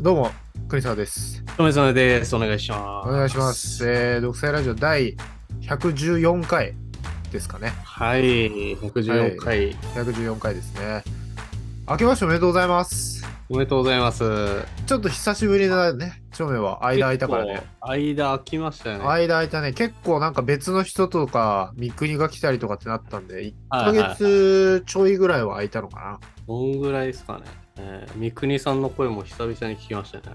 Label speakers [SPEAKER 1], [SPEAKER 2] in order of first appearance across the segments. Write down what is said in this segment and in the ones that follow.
[SPEAKER 1] どうも、国沢です。
[SPEAKER 2] おめさまです。お願いします。
[SPEAKER 1] お願いします。。えー、独裁ラジオ第114回ですかね。
[SPEAKER 2] はい、114回、
[SPEAKER 1] 114回ですね。明けましておめでとうございます。
[SPEAKER 2] おめでとうございます。
[SPEAKER 1] ちょっと久しぶりだね、正面は。間空いたからね。
[SPEAKER 2] 結構。間空きましたよね。い。
[SPEAKER 1] 間空いたね。結構なんか別の人とか、三国が来たりとかってなったんで、1ヶ
[SPEAKER 2] はい
[SPEAKER 1] 月ちょいぐらいは空いたのか
[SPEAKER 2] どんぐらいですかね。えー、三国さんの声も久々に聞き ましたね。
[SPEAKER 1] な。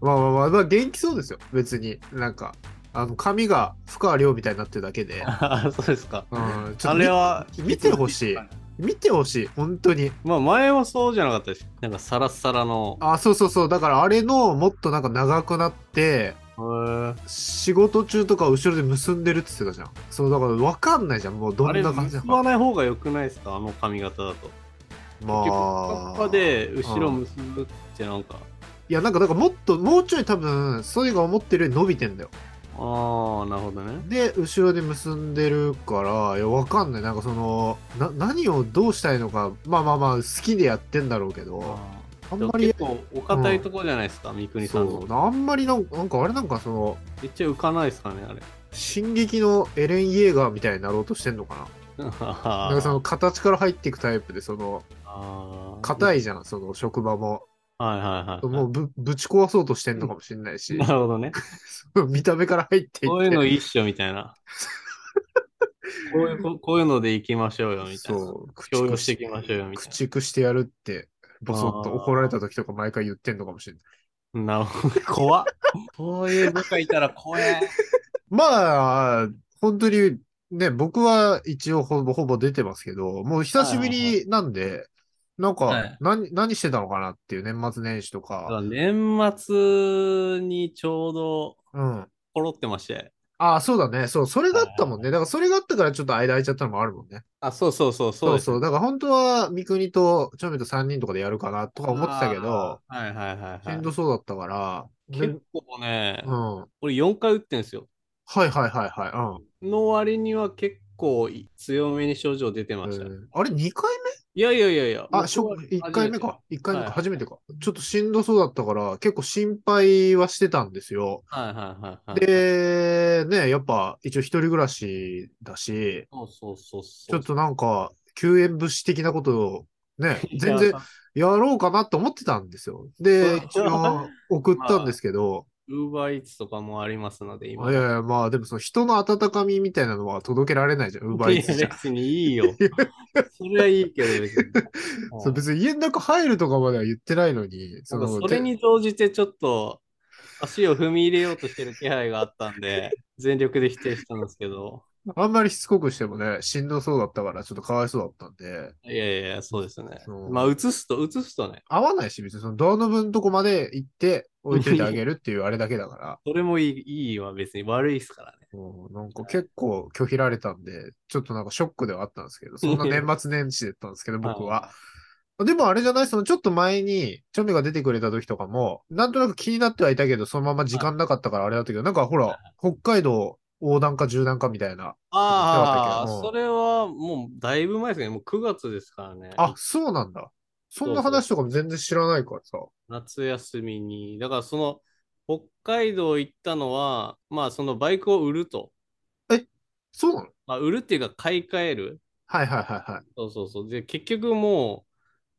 [SPEAKER 1] まあまあまあ、まあ、元気そうですよ、別に。なんか、あの、髪が深川亮みたいになってるだけで。
[SPEAKER 2] あそうですか。
[SPEAKER 1] うん、ちょっ
[SPEAKER 2] あ
[SPEAKER 1] と
[SPEAKER 2] れは
[SPEAKER 1] 見てほしい見てほしい、本当に。
[SPEAKER 2] まあ前はそうじゃなかったです。なんかサラッサラの。
[SPEAKER 1] あ、そうそうそう。だからあれの、もっとなんか長くなって、
[SPEAKER 2] へー
[SPEAKER 1] 仕事中とか後ろで結んでるって言ってたじゃん。そう、だから分かんないじゃん。もうど
[SPEAKER 2] あ
[SPEAKER 1] ん
[SPEAKER 2] れ
[SPEAKER 1] な感じだ
[SPEAKER 2] 結
[SPEAKER 1] か。
[SPEAKER 2] ばない方が良くないですかあの髪型だと。結構
[SPEAKER 1] ま
[SPEAKER 2] カッ
[SPEAKER 1] あ
[SPEAKER 2] パ。で後ろ結ぶってなんか。
[SPEAKER 1] いや、なんか、だからもっと、もうちょい多分、ソニーが思ってるより伸びてんだよ。
[SPEAKER 2] ああ、なるほどね。
[SPEAKER 1] で、後ろで結んでるから、いや、分かんない。なんかその、な、何をどうしたいのか、まあまあまあ、好きでやってんだろうけど、あん
[SPEAKER 2] でも
[SPEAKER 1] まり
[SPEAKER 2] 結、構お堅いとこじゃないですか、三国さん
[SPEAKER 1] そう、
[SPEAKER 2] の。
[SPEAKER 1] あんまりなんか、なんかあれなんかその、
[SPEAKER 2] めっちゃ浮かないですかね、あれ。
[SPEAKER 1] 進撃のエレン・イエーガーみたいになろうとしてんのかななんかその形から入っていくタイプで、その、
[SPEAKER 2] あー
[SPEAKER 1] 硬いじゃん、その職場も。
[SPEAKER 2] はいはいはい。
[SPEAKER 1] もうぶぶち壊そうとしてんのかもしれないし
[SPEAKER 2] な、るほどね。
[SPEAKER 1] 見た目から入っていって。
[SPEAKER 2] こういうの一緒みた いな。こういうここういうので行きましょうよみたいな。
[SPEAKER 1] そう、駆
[SPEAKER 2] 共有していきましょうよみたい
[SPEAKER 1] 駆逐してやるって、ボソッと
[SPEAKER 2] あー
[SPEAKER 1] 怒られた時とか毎回言ってんのかもしれない。
[SPEAKER 2] な。なるほど。怖っ。こういう部下いたら怖え。
[SPEAKER 1] まあ、本当にね、僕は一応ほぼほぼ出てますけど、もう久しぶりなんで、なん
[SPEAKER 2] は
[SPEAKER 1] か
[SPEAKER 2] い
[SPEAKER 1] 何、何してたのかなっていう年末年始とか。
[SPEAKER 2] 年末にちょうど
[SPEAKER 1] うん。
[SPEAKER 2] ポロってまして。
[SPEAKER 1] ああ、そうだね。そう、それがあったもんね。だからそれがあったからちょっと間空いちゃったのもあるもんね。
[SPEAKER 2] あ、そうそうそう
[SPEAKER 1] そ
[SPEAKER 2] そううです。
[SPEAKER 1] そう。だから本当は、三国と、ちょめと3人とかでやるかなとか思ってたけど、
[SPEAKER 2] あー。はいはいはい、
[SPEAKER 1] し
[SPEAKER 2] はい
[SPEAKER 1] んど。そうだったから、で
[SPEAKER 2] 結構ね、
[SPEAKER 1] うん。はい
[SPEAKER 2] 俺4回打ってんですよ。
[SPEAKER 1] はいはいは
[SPEAKER 2] の割には結構強めに症状出て
[SPEAKER 1] い。
[SPEAKER 2] ま
[SPEAKER 1] うん。
[SPEAKER 2] したね。
[SPEAKER 1] あれ、2回
[SPEAKER 2] いやいやいやいや。
[SPEAKER 1] 目あ、しょ
[SPEAKER 2] 僕は初めて
[SPEAKER 1] 1回目か。。1回目か。
[SPEAKER 2] はい
[SPEAKER 1] 初めてか。ちょっとしんどそうだったから、結構心配はしてたんですよ。
[SPEAKER 2] はいはいはい、はい。、
[SPEAKER 1] で、ね、やっぱ、一応一人暮らしだし、
[SPEAKER 2] そうそうそう
[SPEAKER 1] ち
[SPEAKER 2] そ
[SPEAKER 1] ょ
[SPEAKER 2] う。
[SPEAKER 1] っとなんか、救援物資的なことを、ね、全
[SPEAKER 2] い
[SPEAKER 1] 然
[SPEAKER 2] や、
[SPEAKER 1] やろうかなと思ってたんですよ。で、
[SPEAKER 2] そう
[SPEAKER 1] 一応送ったんですけど、
[SPEAKER 2] ウーバーイーツとかもありますので、今。
[SPEAKER 1] いやいや、まあでもその人の温かみみたいなのは届けられないじゃん、ウー バーイーツ
[SPEAKER 2] い
[SPEAKER 1] じ
[SPEAKER 2] や
[SPEAKER 1] ゃん。。
[SPEAKER 2] 別にいいよ。それはいいけど別に
[SPEAKER 1] そう別に家の中入るとかまでは言ってないのに、
[SPEAKER 2] な
[SPEAKER 1] そ
[SPEAKER 2] んか
[SPEAKER 1] の
[SPEAKER 2] それに乗じてちょっと足を踏み入れようとしてる気配があった んで、全力で否定したんですけど。
[SPEAKER 1] てあんまりしつこくしてもね、しんどそうだったから、ちょっとかわいそうだったんで、
[SPEAKER 2] いやいやいや、そうですね
[SPEAKER 1] そう。
[SPEAKER 2] まあ、映すと、映すとね、
[SPEAKER 1] 合わないし、別にそのドアノブのとこまで行って置いといてあげるっていうあれだけだ から、
[SPEAKER 2] それもいいいいは別に悪いですからね。
[SPEAKER 1] うんなんか結構拒否られたんで、ちょっとなんかショックではあったんですけど、そんな年末年始だったんですけど、僕は。でもあれじゃないそのちょっと前に、チョメが出てくれた時とかも、なんとなく気になってはいたけど、そのまま時間なかったからあれだったけど、なんかほら、北海道横断か縦断かみたいな。
[SPEAKER 2] ああ、
[SPEAKER 1] うん
[SPEAKER 2] それはもうだいぶ前ですね。もう9月ですからね。
[SPEAKER 1] あ、そうなんだ。そんな話とかも全然知らないからさ。
[SPEAKER 2] 夏休みに。だからその北海道行ったのは、まあそのバイクを売ると。
[SPEAKER 1] そうなの
[SPEAKER 2] まあ、売るっていうか買い替える。
[SPEAKER 1] はいはいはいはい。
[SPEAKER 2] そうそうそう。で、結局も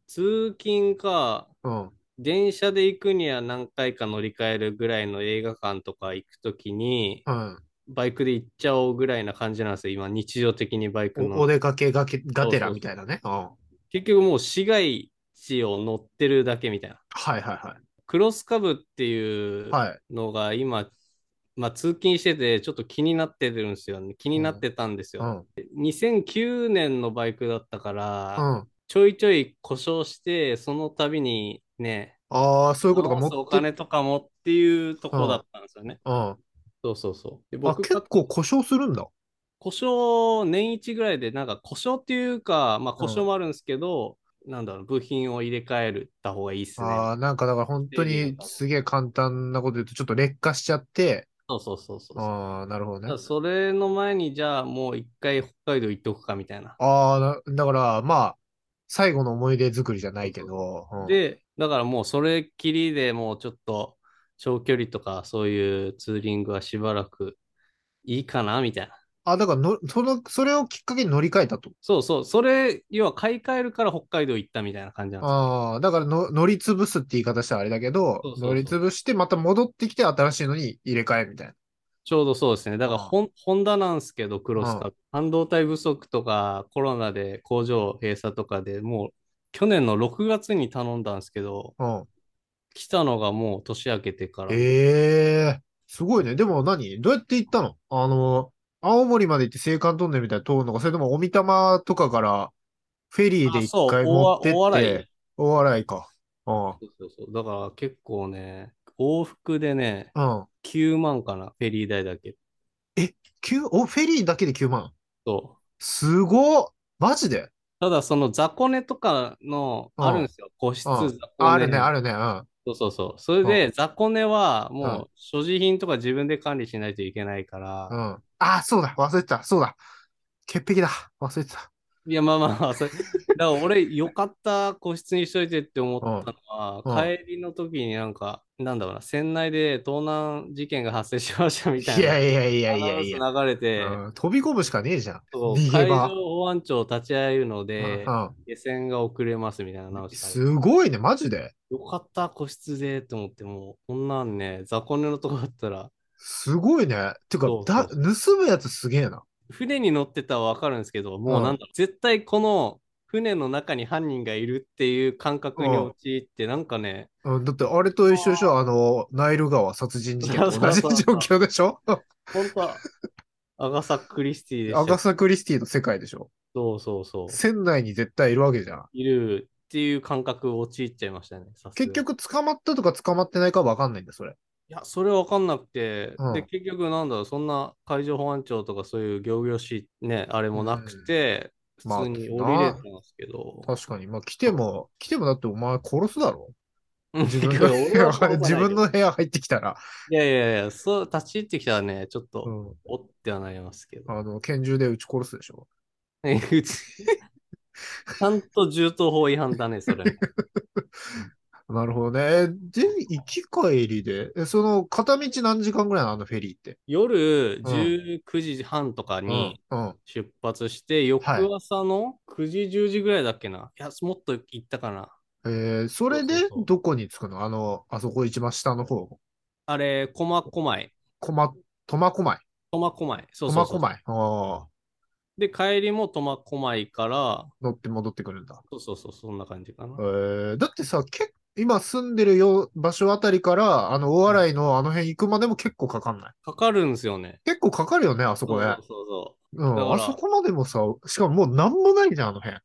[SPEAKER 2] う通勤か、
[SPEAKER 1] うん。
[SPEAKER 2] 電車で行くには何回か乗り換えるぐらいの映画館とか行くときに、
[SPEAKER 1] うん、
[SPEAKER 2] バイクで行っちゃおうぐらいな感じなんですよ。今、日常的にバイク
[SPEAKER 1] お
[SPEAKER 2] の
[SPEAKER 1] お。出かけがけがてらみたいなね。うん。
[SPEAKER 2] 結局もう市街地を乗ってるだけみたいな。
[SPEAKER 1] はいは
[SPEAKER 2] クロスカブってい
[SPEAKER 1] いうはい。はい。
[SPEAKER 2] のが今、まあ、通勤しててちょっと気になってるんですよね。気になってたんです
[SPEAKER 1] う
[SPEAKER 2] よ。
[SPEAKER 1] ん。
[SPEAKER 2] 2009年のバイクだったか
[SPEAKER 1] う
[SPEAKER 2] ら、
[SPEAKER 1] ん。
[SPEAKER 2] ちょいちょい故障して、その度にね、
[SPEAKER 1] ああ、そういうことか。
[SPEAKER 2] 回す
[SPEAKER 1] 持
[SPEAKER 2] お
[SPEAKER 1] って、
[SPEAKER 2] 金とかもっていうとこだったんですよね。
[SPEAKER 1] うん。あ、
[SPEAKER 2] そうそうそう。で僕
[SPEAKER 1] 結
[SPEAKER 2] が
[SPEAKER 1] 構故障するんだ。
[SPEAKER 2] 故障年一ぐらいで、なんか故障っていうか、まあ故障もあるんですけど、なんだろう、部品を入れ替えた方がいいっすね。
[SPEAKER 1] ああ、なんかだから本当
[SPEAKER 2] 整理
[SPEAKER 1] に
[SPEAKER 2] とかも
[SPEAKER 1] すげえ簡単なこと言うと、ちょっと劣化しちゃって、
[SPEAKER 2] そうそうそうそう。
[SPEAKER 1] ああ、なるほ
[SPEAKER 2] だ
[SPEAKER 1] ど
[SPEAKER 2] か
[SPEAKER 1] ね
[SPEAKER 2] ら。それの前に、じゃあもう一回北海道行っとくかみたいな。
[SPEAKER 1] ああ、なだからまあ、最後の思い出作りじゃないけど、うん
[SPEAKER 2] で、だからもうそれっきりでもうちょっと長距離とかそういうツーリングはしばらくいいかなみたいな。
[SPEAKER 1] あ、だからの、その、それをきっかけに乗り換えたと。
[SPEAKER 2] そうそう、それ、要は買い替えるから北海道行ったみたいな感じなんですよ。
[SPEAKER 1] ああ、だからの乗り潰すって言い方したらあれだけど
[SPEAKER 2] そうそう、そう
[SPEAKER 1] 乗り潰してまた戻ってきて新しいのに入れ替えみたいな。
[SPEAKER 2] ちょうどそうですね。だから
[SPEAKER 1] あー
[SPEAKER 2] ホン、ホンダなんですけど、クロスカ
[SPEAKER 1] う
[SPEAKER 2] 半導体不足とか、コロナで工場閉鎖とかでもう、去年の6月に頼んだんですけど、
[SPEAKER 1] うん。
[SPEAKER 2] 来たのがもう年明けてから。
[SPEAKER 1] ええすごいね。でも何どうやって行ったのあの、青森まで行って青函トンネルみたいなの通るのか、それともお御霊とかからフェリーで
[SPEAKER 2] あ
[SPEAKER 1] 一
[SPEAKER 2] そう
[SPEAKER 1] 回
[SPEAKER 2] 大
[SPEAKER 1] 持ってっ
[SPEAKER 2] 大洗
[SPEAKER 1] て、大洗か。うん。
[SPEAKER 2] そうそうそう。だから結構ね、往復でね、
[SPEAKER 1] うん。
[SPEAKER 2] 9万かな、フェリー代だけ。
[SPEAKER 1] 九お、フェリーだけで9万。
[SPEAKER 2] そう。
[SPEAKER 1] すごっマジで
[SPEAKER 2] ただ、その雑魚寝とかの、
[SPEAKER 1] うん
[SPEAKER 2] あるんですよ。個室
[SPEAKER 1] うん
[SPEAKER 2] 雑魚寝。
[SPEAKER 1] あるね、あるね。うん。
[SPEAKER 2] そうそうそう。それで、雑魚寝は、
[SPEAKER 1] うん
[SPEAKER 2] もう、所持品とか自分で管理しないといけないから、
[SPEAKER 1] うん。あ、そうだ。忘れてた。そうだ。潔癖だ。忘れてた。
[SPEAKER 2] いや、まあまあ、それ、だから俺、よかった個室にしといてって思ったのは、
[SPEAKER 1] うん
[SPEAKER 2] 帰りの時になんか、なんだろうな、船内で盗難事件が発生しましたみたい
[SPEAKER 1] いや
[SPEAKER 2] な、
[SPEAKER 1] いやいや
[SPEAKER 2] ア
[SPEAKER 1] いやいや。
[SPEAKER 2] ナウンス流れて、
[SPEAKER 1] うん飛び込むしかねえじゃん。
[SPEAKER 2] そう
[SPEAKER 1] 逃げ
[SPEAKER 2] 海
[SPEAKER 1] 場
[SPEAKER 2] 上保安庁立ち会えるので、
[SPEAKER 1] うん
[SPEAKER 2] 下船が遅れますみたいな
[SPEAKER 1] うん。
[SPEAKER 2] 話されて
[SPEAKER 1] すごいね。マジで。
[SPEAKER 2] よかった、個室でと思って、もう、こんなんね、雑魚寝のとこだったら、
[SPEAKER 1] すごいね。てか
[SPEAKER 2] そう、
[SPEAKER 1] だ、
[SPEAKER 2] そ
[SPEAKER 1] 盗むやつすげえな。
[SPEAKER 2] 船に乗ってたはわかるんですけど、もうなんだろう、絶対この船の中に犯人がいるっていう感覚に陥って、なんかね、
[SPEAKER 1] うん、だって、あれと一緒でしょあの、ナイル川殺人事件と同じ
[SPEAKER 2] そうそう
[SPEAKER 1] 状
[SPEAKER 2] そ
[SPEAKER 1] 況
[SPEAKER 2] う
[SPEAKER 1] でしょ
[SPEAKER 2] 本当は、アガサ・クリスティで
[SPEAKER 1] ア
[SPEAKER 2] し
[SPEAKER 1] ガ
[SPEAKER 2] た。
[SPEAKER 1] サ・クリスティの世界でしょ
[SPEAKER 2] そうそうそう。
[SPEAKER 1] 船内に絶対いるわけじゃん。
[SPEAKER 2] いるっていう感覚陥っちゃいましたね、さすがに
[SPEAKER 1] 結局、捕まったとか捕まってないかわかんないんだ、それ。
[SPEAKER 2] いや、それわかんなくて、
[SPEAKER 1] うん
[SPEAKER 2] で、結局、なんだろう、そんな海上保安庁とかそういう行々しいね、あれもなくて、
[SPEAKER 1] うん
[SPEAKER 2] 普通に降りれたんですけど、
[SPEAKER 1] 確かに。まあ、来ても、来てもだってお前殺すだろ
[SPEAKER 2] うん
[SPEAKER 1] 自分
[SPEAKER 2] いや
[SPEAKER 1] の
[SPEAKER 2] 俺
[SPEAKER 1] 部屋
[SPEAKER 2] はそうじゃないけど
[SPEAKER 1] 自分の部屋入ってきたら、
[SPEAKER 2] いやいやいや、そう、立ち入ってきたらね、ちょっ
[SPEAKER 1] う
[SPEAKER 2] と、
[SPEAKER 1] ん、
[SPEAKER 2] おってはなりますけど。
[SPEAKER 1] あの、拳銃で撃ち殺すでしょ
[SPEAKER 2] うちちゃんと銃刀法違反だね、それ。
[SPEAKER 1] なるほどね。えで、行き帰りで、えその、片道何時間ぐらいなのあのフェリーって。
[SPEAKER 2] 夜
[SPEAKER 1] うん
[SPEAKER 2] 19時半とかに
[SPEAKER 1] うん。うん。
[SPEAKER 2] 出発して、翌朝の9時、10時ぐらいだっけな。いや、もっと行ったかな。
[SPEAKER 1] えー、それ
[SPEAKER 2] そうそ
[SPEAKER 1] で
[SPEAKER 2] うそう
[SPEAKER 1] どこに着くのあの、あそこ一番下の方。
[SPEAKER 2] あれ、駒狛江。
[SPEAKER 1] 駒、苫小牧。
[SPEAKER 2] 苫小牧。そうそ
[SPEAKER 1] 苫
[SPEAKER 2] うそ
[SPEAKER 1] 小
[SPEAKER 2] う。
[SPEAKER 1] 牧。ああ、
[SPEAKER 2] で、帰りも苫小牧から、
[SPEAKER 1] 乗って戻ってくるんだ。
[SPEAKER 2] そうそうそう、そんな感じかな
[SPEAKER 1] え。ー、だってさ、け今住んでるよ場所あたりから、あの、大洗のあの辺行くまでも結構かかんない。
[SPEAKER 2] かかるんですよね。
[SPEAKER 1] 結構かかるよね、あそ
[SPEAKER 2] そ
[SPEAKER 1] こ
[SPEAKER 2] うそ
[SPEAKER 1] ね
[SPEAKER 2] う。そうだか
[SPEAKER 1] ん、
[SPEAKER 2] ら
[SPEAKER 1] あそこまでもさ、しかももうなんもないじゃん、あの辺。
[SPEAKER 2] う。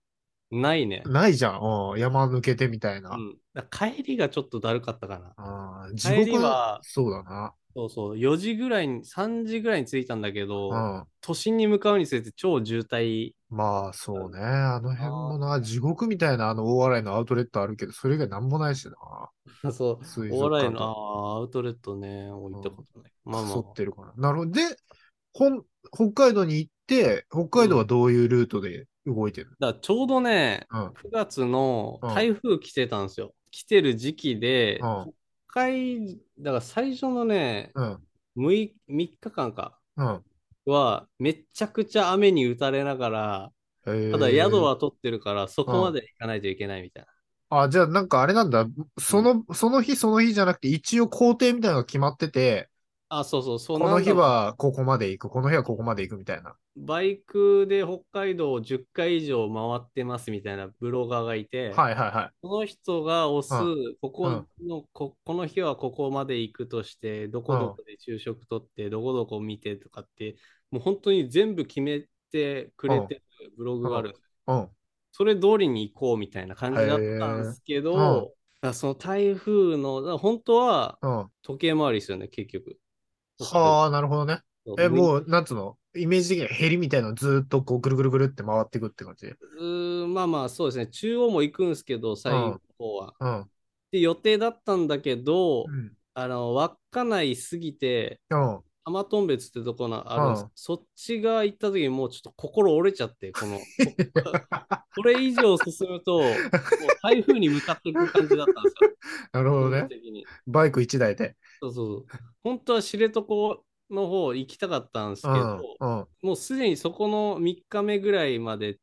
[SPEAKER 2] ないね。
[SPEAKER 1] ないじゃん、うん、山抜けてみたいな。
[SPEAKER 2] うん、だから帰りがちょっとだるかったかな。
[SPEAKER 1] あー地
[SPEAKER 2] 帰り
[SPEAKER 1] 獄
[SPEAKER 2] は
[SPEAKER 1] そうだな。
[SPEAKER 2] そうそう、4時ぐらいに、3時ぐらいに着いたんだけど、
[SPEAKER 1] うん。
[SPEAKER 2] 都心に向かうにつれて超渋滞。
[SPEAKER 1] まあ、そうね。あの辺もな、地獄みたいなあの大洗のアウトレットあるけど、それ以外なんもないしな。
[SPEAKER 2] そう、
[SPEAKER 1] 水
[SPEAKER 2] お
[SPEAKER 1] 族
[SPEAKER 2] 笑い
[SPEAKER 1] 館
[SPEAKER 2] の
[SPEAKER 1] と
[SPEAKER 2] あーアウトレットね、置いたことない。まあ
[SPEAKER 1] か
[SPEAKER 2] まあ
[SPEAKER 1] そってるから。なるほど。で、本、北海道に行って、北海道はどういうルートで動いてる
[SPEAKER 2] だからちょうどね、
[SPEAKER 1] の
[SPEAKER 2] 9月の
[SPEAKER 1] うん
[SPEAKER 2] 台風来てたんですよ。来てる時期で、
[SPEAKER 1] うん
[SPEAKER 2] 北海、だから最初のね、
[SPEAKER 1] うん。
[SPEAKER 2] 6 3日間か
[SPEAKER 1] うん。うん。
[SPEAKER 2] は、めちゃくちゃ雨に打たれながら、
[SPEAKER 1] えー
[SPEAKER 2] ただ宿は取ってるから、そこまで行かないといけないみたいな。
[SPEAKER 1] あ、じゃあなんかあれなんだ。その、その日その日じゃなくて、一応工程みたいなのが決まってて、
[SPEAKER 2] あ、そうそう、そう
[SPEAKER 1] この
[SPEAKER 2] なんだ
[SPEAKER 1] 日はここまで行く、この日はここまで行くみたいな。
[SPEAKER 2] バイクで北海道を10回以上回ってますみたいなブロガーがいて、
[SPEAKER 1] はいはいはい。
[SPEAKER 2] この人が押す、
[SPEAKER 1] う
[SPEAKER 2] ここの、こ、この日はここまで行くとして、どこどこで昼食とって、どこどこ見てとかって、もう本当に全部決めてくれてるブログがあるんですよ。
[SPEAKER 1] うん。
[SPEAKER 2] それ通りに行こうみたいな感じだったんですけど、
[SPEAKER 1] へ
[SPEAKER 2] だ
[SPEAKER 1] ーうん
[SPEAKER 2] からその台風の、だから本当は
[SPEAKER 1] うん。
[SPEAKER 2] 時計回りですよね、結局。
[SPEAKER 1] はあ、なるほどね。え、
[SPEAKER 2] う
[SPEAKER 1] もう、なんつうのイメージ的にはヘリみたいなのずーっとこうぐるぐるぐるって回ってくって感じ。う
[SPEAKER 2] うーんまあまあそうですね中央も行くんですけど最後の方は、
[SPEAKER 1] ん。
[SPEAKER 2] で予定だったんだけど、
[SPEAKER 1] うん。
[SPEAKER 2] あの稚内過ぎて
[SPEAKER 1] うん。
[SPEAKER 2] 浜頓別ってとこのあるんです
[SPEAKER 1] うん
[SPEAKER 2] そっちが行った時にもうちょっと心折れちゃって、この、ここれ以上進 むと、もう台風に向かっていく感じだったんですよ。
[SPEAKER 1] なるほど
[SPEAKER 2] 基
[SPEAKER 1] ね
[SPEAKER 2] 本。的に
[SPEAKER 1] バイク1台で。
[SPEAKER 2] そうそうそう。本当は知床の方行きたかったんですけ
[SPEAKER 1] うん。うん
[SPEAKER 2] ど、。もうすでにそこの3日目ぐらいまで、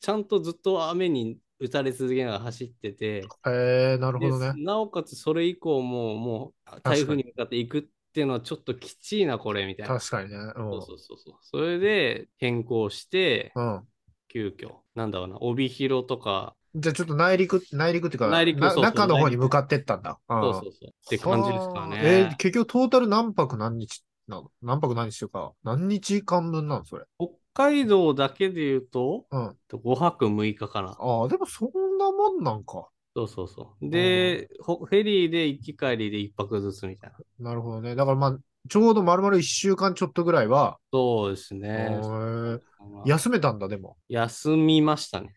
[SPEAKER 2] ちゃんとずっと雨に打たれ続けながら走ってて、
[SPEAKER 1] へえ、なるほど
[SPEAKER 2] で
[SPEAKER 1] ね。
[SPEAKER 2] なおかつそれ以降もう、もう台風に向かっていくっていうのはちょっときちいな、これ、みたいな。
[SPEAKER 1] 確かにね。うん。
[SPEAKER 2] そうそうそうそう。それで変更して、
[SPEAKER 1] うん。
[SPEAKER 2] 急遽、なんだろうな、帯広とか、
[SPEAKER 1] じゃあちょっと内陸、内陸っていうか、
[SPEAKER 2] 内陸
[SPEAKER 1] な
[SPEAKER 2] そうそう
[SPEAKER 1] 中の方に向かってったんだ。うん
[SPEAKER 2] そうそうそう。って感じですか
[SPEAKER 1] はあえー
[SPEAKER 2] ね。
[SPEAKER 1] 結局トータル何泊何日なの何泊何日というか、何日間分なのそれ。
[SPEAKER 2] 北海道だけで言うと、
[SPEAKER 1] うん。
[SPEAKER 2] 5泊6日かな。
[SPEAKER 1] ああ、でもそんなもんなんか。
[SPEAKER 2] そうそうそう。で、ほフェリーで行き帰りで1泊ずつみたいな。
[SPEAKER 1] なるほどね。だからまあ、ちょうど丸々1週間ちょっとぐらいは、
[SPEAKER 2] そうですね。
[SPEAKER 1] へえ
[SPEAKER 2] まあ
[SPEAKER 1] 休めたんだ、でも。
[SPEAKER 2] 休みましたね。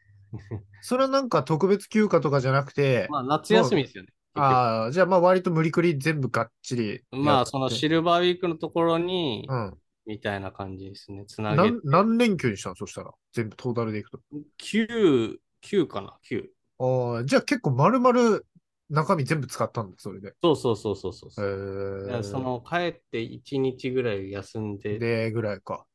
[SPEAKER 1] それはなんか特別休暇とかじゃなくて、
[SPEAKER 2] まあ、夏休みですよね。結
[SPEAKER 1] ああ、じゃあまあ割と無理くり全部がっちりやって。
[SPEAKER 2] 局まあ、そのシルバーウィークのところに
[SPEAKER 1] う、ん。
[SPEAKER 2] みたいな感じですね。つなげ
[SPEAKER 1] 何、何連休にしたのそしたら。全部トータルでいくと。
[SPEAKER 2] 9、9かな、9。
[SPEAKER 1] ああ、じゃあ結構丸々中身全部使ったんだ、それで。へ
[SPEAKER 2] そうそうそうそうそう
[SPEAKER 1] え
[SPEAKER 2] そう。だからその帰って1日ぐらい休んで、
[SPEAKER 1] で、ぐらいか。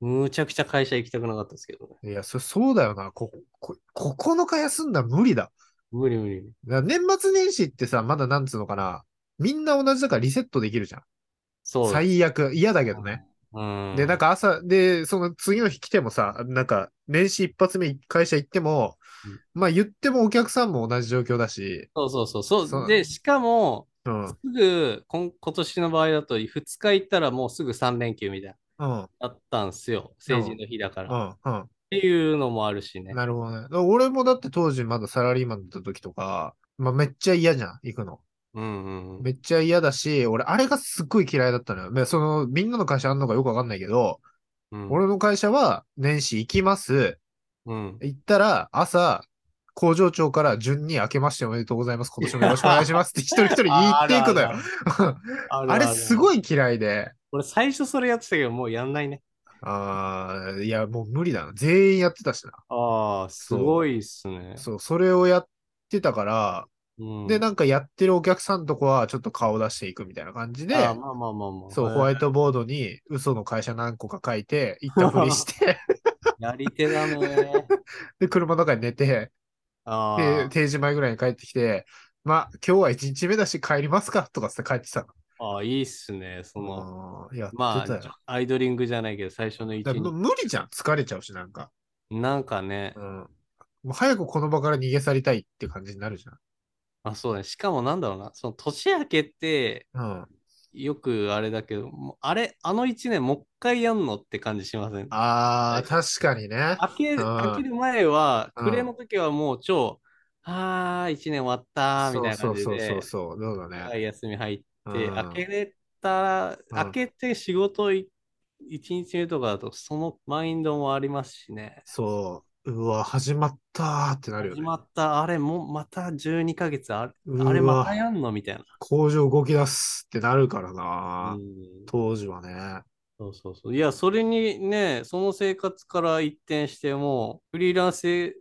[SPEAKER 2] むちゃくちゃ会社行きたくなかったですけどね。
[SPEAKER 1] いや、そ、そうだよな。こ、こ、9日休んだら無理だ。
[SPEAKER 2] 無理無理無理。
[SPEAKER 1] だから年末年始ってさ、まだなんつうのかな。みんな同じだからリセットできるじゃん。
[SPEAKER 2] そう。
[SPEAKER 1] 最悪。嫌だけどね。
[SPEAKER 2] うん。
[SPEAKER 1] で、なん
[SPEAKER 2] か、
[SPEAKER 1] か朝、で、その次の日来てもさ、なんか、年始一発目会社行っても、まあ言ってもお客さんも同じ状況だし、
[SPEAKER 2] そうそうそう。そう
[SPEAKER 1] そう
[SPEAKER 2] で、しかも、
[SPEAKER 1] うん。うん。
[SPEAKER 2] すぐ今、今年の場合だと、2日行ったらもうすぐ3連休みたい
[SPEAKER 1] うん。
[SPEAKER 2] な、だったんすよ。成人の日だから。
[SPEAKER 1] う
[SPEAKER 2] っ
[SPEAKER 1] ん。うん。
[SPEAKER 2] ていうのもあるしね。
[SPEAKER 1] なるほどね。だから俺もだって当時まだサラリーマンだった時とか、まあめっちゃ嫌じゃん、行くの。
[SPEAKER 2] うんうんうん。
[SPEAKER 1] めっちゃ嫌だし、俺あれがすっごい嫌いだったのよ。まあその、みんなの会社あんのかよくわかんないけど、
[SPEAKER 2] うん、
[SPEAKER 1] 俺の会社は年始行きます。
[SPEAKER 2] うん。
[SPEAKER 1] 行ったら朝、工場長から順に明けましておめでとうございます。今年もよろしくお願いします って一人一人言っていくのよ。
[SPEAKER 2] あるあ
[SPEAKER 1] あ
[SPEAKER 2] る
[SPEAKER 1] れすごい嫌いで、
[SPEAKER 2] 俺最初それやってたけど、もうやんないね。
[SPEAKER 1] あーいや、もう無理だな。全員やってたしな。
[SPEAKER 2] ああ、すごいっすね。
[SPEAKER 1] そう、それをやってたから、
[SPEAKER 2] うん
[SPEAKER 1] で、なんかやってるお客さんとこはちょっと顔出していくみたいな感じで、
[SPEAKER 2] ああまあまあまあまあ。
[SPEAKER 1] そう、ホワイトボードに嘘の会社何個か書いて、行ったふりして、
[SPEAKER 2] やり手だね。
[SPEAKER 1] で、車の中に寝て、
[SPEAKER 2] あ
[SPEAKER 1] で定時前ぐらいに帰ってきて、まあ、今日は1日目だし帰りますかとかって帰ってた
[SPEAKER 2] あああ、いいっすね。その、
[SPEAKER 1] の。うん、やって
[SPEAKER 2] ま
[SPEAKER 1] たよ。
[SPEAKER 2] あ、アイドリングじゃないけど、最初の一
[SPEAKER 1] だからもう
[SPEAKER 2] 日。
[SPEAKER 1] 無理じゃん。疲れちゃうし、なんか。
[SPEAKER 2] なんかね
[SPEAKER 1] う、ん。もう早くこの場から逃げ去りたいって感じになるじ
[SPEAKER 2] あ、そうね。しかもなんだろうな、その年明けって、
[SPEAKER 1] ゃん。うん。
[SPEAKER 2] よくあれだけど、もうあれ、あの1年もう一回やんのって感じしません
[SPEAKER 1] あー、確かにね。
[SPEAKER 2] 開ける、
[SPEAKER 1] うん
[SPEAKER 2] 開ける前は、
[SPEAKER 1] うん
[SPEAKER 2] 暮れの時はもう超、あー、1年終わったー、みたいな
[SPEAKER 1] そ
[SPEAKER 2] 感
[SPEAKER 1] う
[SPEAKER 2] じ
[SPEAKER 1] そうそ
[SPEAKER 2] で
[SPEAKER 1] う、そう、そうだ
[SPEAKER 2] 長
[SPEAKER 1] ね。
[SPEAKER 2] い休み入って、
[SPEAKER 1] うん
[SPEAKER 2] 開けれたら、開けて仕事い一日目とかだと、そのマインドもありますしね。
[SPEAKER 1] そう。うわ、始まったーってなるよ
[SPEAKER 2] 始
[SPEAKER 1] ね。
[SPEAKER 2] まった、あれ、もうまた12ヶ月ある、
[SPEAKER 1] う
[SPEAKER 2] あれまた
[SPEAKER 1] わ、
[SPEAKER 2] やんのみたい
[SPEAKER 1] 工場動き出すってなるから
[SPEAKER 2] な。う
[SPEAKER 1] な。
[SPEAKER 2] ん
[SPEAKER 1] 当時はね。
[SPEAKER 2] そうそうそう。いや、それにね、その生活から一転してもう、フリーランス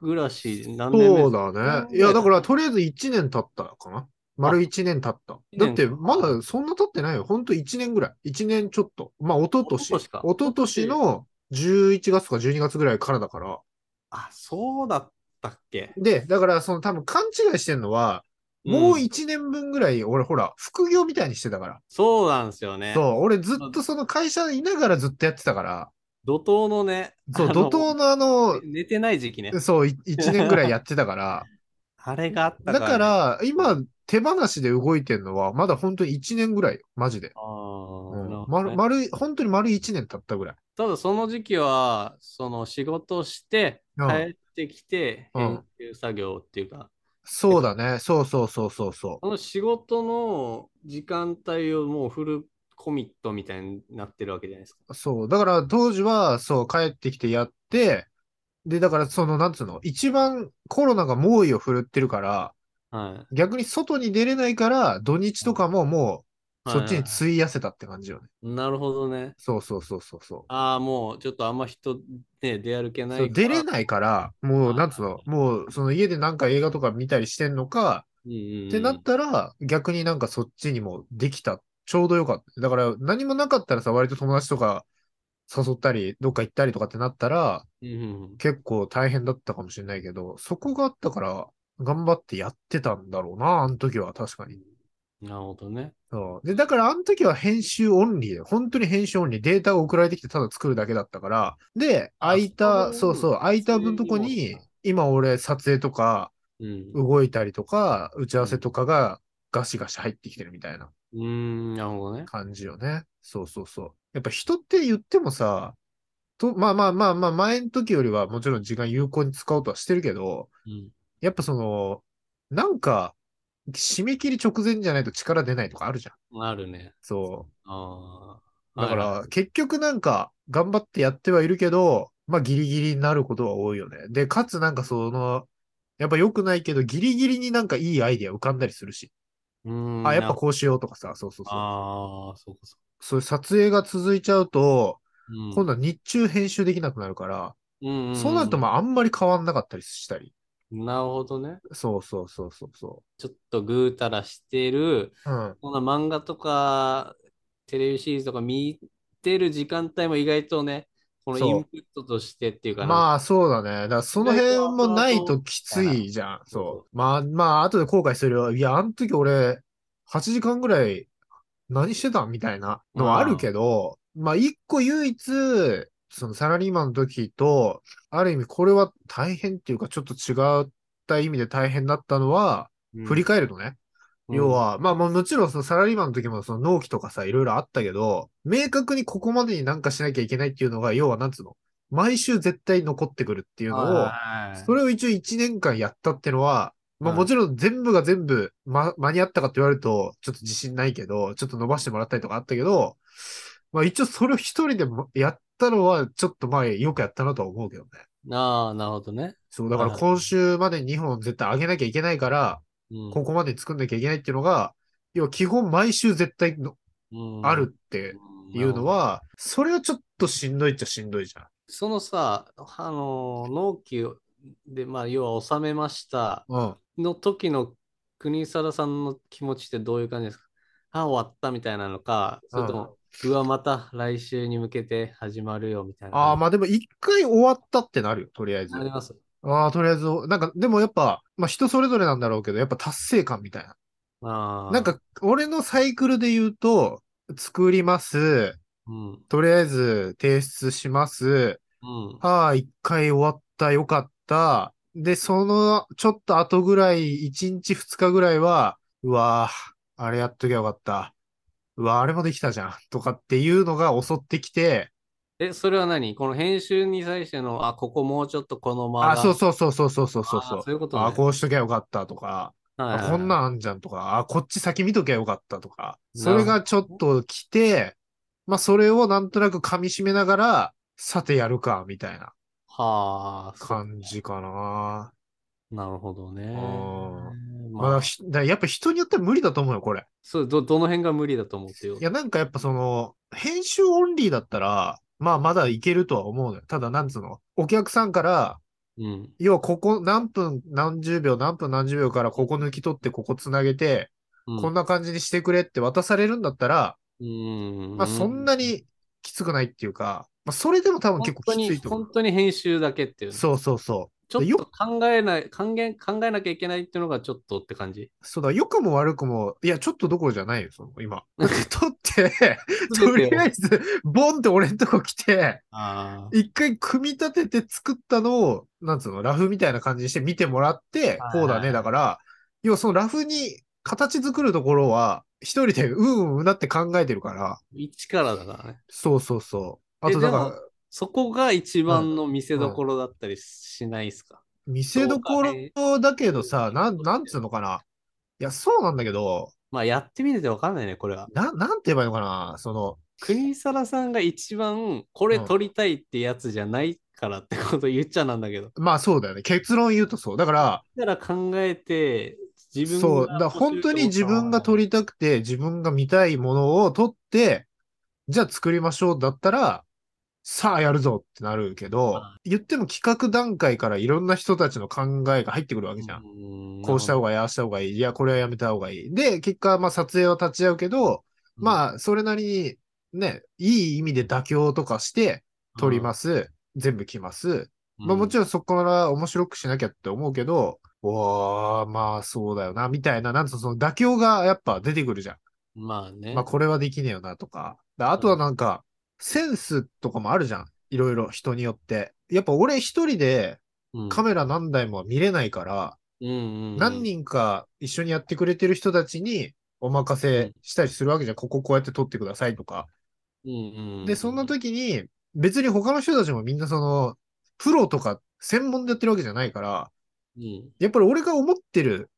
[SPEAKER 2] 暮らし何年
[SPEAKER 1] そ
[SPEAKER 2] 目で
[SPEAKER 1] う
[SPEAKER 2] すか
[SPEAKER 1] だね。
[SPEAKER 2] ね
[SPEAKER 1] いや、だからとりあえず1年経ったかな。丸
[SPEAKER 2] あ
[SPEAKER 1] 1年経った。
[SPEAKER 2] 一
[SPEAKER 1] だ
[SPEAKER 2] 年
[SPEAKER 1] ってまだそんな経ってないよ。ほんと1年ぐらい。1年ちょっと。まあ、おととし。
[SPEAKER 2] 一昨年か
[SPEAKER 1] おととしの11月とか12月ぐらいからだから。
[SPEAKER 2] あ、そうだったっけ
[SPEAKER 1] で、だからその多分勘違いしてんのは、もう1年分ぐらい、俺ほら、副業みたいにしてたから。
[SPEAKER 2] そうなんですよね。
[SPEAKER 1] そう、俺ずっとその会社にいながらずっとやってたから、
[SPEAKER 2] 怒涛のね、
[SPEAKER 1] そう、
[SPEAKER 2] あの
[SPEAKER 1] 怒涛のあの、
[SPEAKER 2] 寝てない時期ね。
[SPEAKER 1] そう、い1年ぐらいやってたから、
[SPEAKER 2] あれがあった
[SPEAKER 1] だ
[SPEAKER 2] ね
[SPEAKER 1] から、今、手放しで動いてるのは、まだ本当に1年ぐらいよ、マジで。
[SPEAKER 2] あ
[SPEAKER 1] うん
[SPEAKER 2] ーなるほどね
[SPEAKER 1] 丸、丸い、本当に丸1年経ったぐらい。
[SPEAKER 2] ただその時期は、その仕事して、
[SPEAKER 1] うん
[SPEAKER 2] 帰ってきて、
[SPEAKER 1] うん
[SPEAKER 2] 編集作業っていうか、
[SPEAKER 1] そうだね、そうそうそうそうそ
[SPEAKER 2] その仕事の時間帯をもうフルコミットみたいになってるわけじゃないですか。
[SPEAKER 1] う。そう、だから当時は、そう、帰ってきてやって、で、だからその、なんつうの、一番コロナが猛威を振るってるから、
[SPEAKER 2] はい。
[SPEAKER 1] 逆に外に出れないから、土日とかもも
[SPEAKER 2] はい
[SPEAKER 1] そ
[SPEAKER 2] はい
[SPEAKER 1] っちに費やせたって感じよね。
[SPEAKER 2] なるほどね。
[SPEAKER 1] そうそうそうそうそう。
[SPEAKER 2] ああ、もうちょっとあんま人、ね、出歩けない
[SPEAKER 1] そう出れ
[SPEAKER 2] い。
[SPEAKER 1] ないから、も
[SPEAKER 2] あ
[SPEAKER 1] う、
[SPEAKER 2] ー
[SPEAKER 1] なんつうの、もう、その家でなんか映画とか見たりしてんのか、
[SPEAKER 2] うんうん
[SPEAKER 1] ってなったら、逆になんかそっちにもできた。ちょうどよかった。だから、何もなかったらさ、割と友達とか誘ったり、どっか行ったりとかってなったら、
[SPEAKER 2] うんうん
[SPEAKER 1] 結構大変だったかもしれないけど、そこがあったから、頑張ってやってたんだろうな、あの時は確かに。
[SPEAKER 2] うんなるほどね。
[SPEAKER 1] そう。で、だからあの時は編集オンリーで、本当に編集オンリー、データが送られてきてただ作るだけだったから、で、
[SPEAKER 2] あ
[SPEAKER 1] 空いた、
[SPEAKER 2] そ
[SPEAKER 1] そううそう、空いた分とこに、今俺撮影とか、
[SPEAKER 2] うん。う
[SPEAKER 1] 動いたりとか、打ち合わせとかがガシガシ入ってきてるみたいな
[SPEAKER 2] ーん、なるほどね。
[SPEAKER 1] 感じよね。そうそうそう。やっぱ人って言ってもさ、と、まあまあまあまあ、前の時よりはもちろん時間有効に使おうとはしてるけど、
[SPEAKER 2] うん
[SPEAKER 1] やっぱその、なんか、締め切り直前じゃないと力出ないとかあるじゃん。
[SPEAKER 2] あるね。
[SPEAKER 1] そう。
[SPEAKER 2] ああ。
[SPEAKER 1] だか
[SPEAKER 2] はい
[SPEAKER 1] ら、結局なんか、頑張ってやってはいるけど、まあ、ギリギリになることは多いよね。で、かつなんかその、やっぱ良くないけど、ギリギリになんかいいアイデア浮かんだりするし。
[SPEAKER 2] うーん
[SPEAKER 1] あ、やっぱ
[SPEAKER 2] な
[SPEAKER 1] こうしようとかさ、そうそうそう。
[SPEAKER 2] ああ、そうかそ
[SPEAKER 1] そういう撮影が続いちゃうと、
[SPEAKER 2] う。うん
[SPEAKER 1] 今度は日中編集できなくなるから、
[SPEAKER 2] うんうん
[SPEAKER 1] そうなるとまああんまり変わんなかったりしたり。
[SPEAKER 2] なるほどね。
[SPEAKER 1] そうそうそうそうそ
[SPEAKER 2] ちょっとぐうたらしてる、
[SPEAKER 1] う。うん。
[SPEAKER 2] こんな漫画とかテレビシリーズとか見てる時間帯も意外とね、この
[SPEAKER 1] そう
[SPEAKER 2] インプットとしてっていうかな、
[SPEAKER 1] まあそうだね。だからその辺もないときついじゃん。
[SPEAKER 2] そうそう
[SPEAKER 1] そう。まあまあ後で後悔するよ。いや、あの時俺、8時間ぐらい何してたみたいなのはあるけど、まあ一個唯一、そのサラリーマンの時と、ある意味これは大変っていうかちょっと違った意味で大変だったのは、
[SPEAKER 2] うん
[SPEAKER 1] 振り返るとね。
[SPEAKER 2] うん
[SPEAKER 1] 要は、まあまあもちろんそのサラリーマンの時もその納期とかさ、いろいろあったけど、明確にここまでになんかしなきゃいけないっていうのが、要はなんつうの毎週絶対残ってくるっていうのを、
[SPEAKER 2] はい
[SPEAKER 1] それを一応1年間やったってのは、まあ
[SPEAKER 2] はい
[SPEAKER 1] もちろん全部が全部、ま、間に合ったかって言われると、ちょっと自信ないけど、ちょっと伸ばしてもらったりとかあったけど、まあ一応それを一人でもやったのは、ちょっとまあよくやったなとは思うけどね。
[SPEAKER 2] ああ、なるほどね。
[SPEAKER 1] そう、だから
[SPEAKER 2] はい
[SPEAKER 1] 今週までに2本絶対上げなきゃいけないから、
[SPEAKER 2] うん
[SPEAKER 1] ここまで作んなきゃいけないっていうのが、要は基本毎週絶対の
[SPEAKER 2] うん
[SPEAKER 1] あるって
[SPEAKER 2] うん
[SPEAKER 1] いうの
[SPEAKER 2] なるほど
[SPEAKER 1] は、それはちょっとしんどいっちゃしんどいじゃん。
[SPEAKER 2] そのさ、あの、納期で、まあ、要は納めました
[SPEAKER 1] うん。
[SPEAKER 2] の時の国定さんの気持ちってどういう感じですかあ、終わったみたいなのか、それとも、うわ、また来週に向けて始まるよみたいな。
[SPEAKER 1] ああ、まあでも一回終わったってなるよ、とりあえず
[SPEAKER 2] あ。ります。
[SPEAKER 1] ああ、とりあえず、なんか、でもやっぱ、まあ人それぞれなんだろうけど、やっぱ達成感みたいな。
[SPEAKER 2] あー
[SPEAKER 1] なん、か、俺のサイクルで言うと、作ります。
[SPEAKER 2] うん、うん、
[SPEAKER 1] とりあえず提出します。ああ、一回終わった、よかった。で、その、ちょっと後ぐらい、一日二日ぐらいは、うわあ、あれやっときゃよかった。うわあ、あれもできたじゃん。とかっていうのが襲ってきて、
[SPEAKER 2] え、それは何この編集に際しての、あ、ここもうちょっとこの間
[SPEAKER 1] あ、
[SPEAKER 2] が
[SPEAKER 1] そうそうそうそうそうそうそう
[SPEAKER 2] あーそういうことね
[SPEAKER 1] あ、こうしときゃよかったとか、
[SPEAKER 2] はいはい
[SPEAKER 1] あ
[SPEAKER 2] はい
[SPEAKER 1] こんなんあんじゃんとか、あ、こっち先見ときゃよかったとか、それがちょっと来て、まあ、それをなんとなく噛み締めながら、さてやるか、みたいな
[SPEAKER 2] はあ、そう
[SPEAKER 1] 感じかな。
[SPEAKER 2] なるほどね。
[SPEAKER 1] まあ、
[SPEAKER 2] まあ、
[SPEAKER 1] ひだからやっぱ人によっては無理だと思うよ、これ。
[SPEAKER 2] そうど、どの辺が無理だと思ってよ
[SPEAKER 1] い。や、なんかやっぱその、編集オンリーだったら、まあまだいけるとは思うのよ。ただ、なんつうの、お客さんから、
[SPEAKER 2] うん。
[SPEAKER 1] 要はここ何分何十秒何分何十秒からここ抜き取ってここつなげて、
[SPEAKER 2] うん
[SPEAKER 1] こんな感じにしてくれって渡されるんだったら、
[SPEAKER 2] うん。
[SPEAKER 1] まあそんなにきつくないっていうか、まあそれでも多分結
[SPEAKER 2] 本
[SPEAKER 1] 構
[SPEAKER 2] 当
[SPEAKER 1] きつ
[SPEAKER 2] に、
[SPEAKER 1] いと思う
[SPEAKER 2] 本。当に編集だけっていうね、
[SPEAKER 1] そうそうそう。
[SPEAKER 2] ちょ
[SPEAKER 1] よ
[SPEAKER 2] っと考えない、還元、考えなきゃいけないっていうのがちょっとって感じ。
[SPEAKER 1] そうだ、良くも悪くも、いや、ちょっとどころじゃないよ、その、今。だって 取って、 とりあえず、ボンって俺んとこ来て、
[SPEAKER 2] あ
[SPEAKER 1] 一回組み立てて作ったのを、なんつうの、ラフみたいな感じにして見てもらって
[SPEAKER 2] は、い
[SPEAKER 1] こうだね。だから、要はそのラフに形作るところは、一人でうんうんなって考えてるから、
[SPEAKER 2] 一からだからね。
[SPEAKER 1] そうそうそう。あ
[SPEAKER 2] え
[SPEAKER 1] と、だか
[SPEAKER 2] でも
[SPEAKER 1] ら、
[SPEAKER 2] そこが一番の見せどころだったりしないですか、
[SPEAKER 1] 見せどころだけどさ、
[SPEAKER 2] そうか
[SPEAKER 1] な
[SPEAKER 2] ね
[SPEAKER 1] ん、なんつうのかな。いや、そうなんだけど、
[SPEAKER 2] まあやってみててわかんないね、これは。
[SPEAKER 1] な、なんて言えばいいのかな、その、
[SPEAKER 2] 国定さんが一番これ撮りたいってやつじゃないからってこと言っちゃなんだけど。
[SPEAKER 1] まあそうだよね。結論言うとそう。だから、
[SPEAKER 2] だから考えて、自分
[SPEAKER 1] そう。だから本当に自分が撮
[SPEAKER 2] り、
[SPEAKER 1] りたくて、自分が見たいものを撮って、じゃあ作りましょうだったら、さあやるぞってなるけど
[SPEAKER 2] は、
[SPEAKER 1] 言っても企画段階からいろんな人たちの考えが入ってくるわけじゃん。こうした
[SPEAKER 2] 方。
[SPEAKER 1] 方がいい、ああした方がいい、いや、これはやめた方がいい。で、結果、まあ撮影は立ち会うけど、まあ、それなりに、ね、いい意味で妥協とかして、撮りますす。全部来ます。
[SPEAKER 2] う
[SPEAKER 1] まあもちろんそこから面白くしなきゃって思うけど、おー、まあそうだよな、みたいな、なんとその妥協がやっぱ出てくるじゃ
[SPEAKER 2] ん。まあね。
[SPEAKER 1] ん。まあこれはできねえよなとか。だあとはなんか、センスとかもあるじゃん。いろいろ人によって。やっぱ俺一人で
[SPEAKER 2] うん
[SPEAKER 1] カメラ何台もは見れないから、
[SPEAKER 2] うんうんうん
[SPEAKER 1] 何人か一緒にやってくれてる人たちにお任せしたりするわけじゃん。こここうやって撮ってくださいとか。
[SPEAKER 2] うんうん、
[SPEAKER 1] で、そんな時に、別に他の人たちもみんなその、プロとか専門でやってるわけじゃないから、
[SPEAKER 2] うん、
[SPEAKER 1] やっぱり俺が思ってる、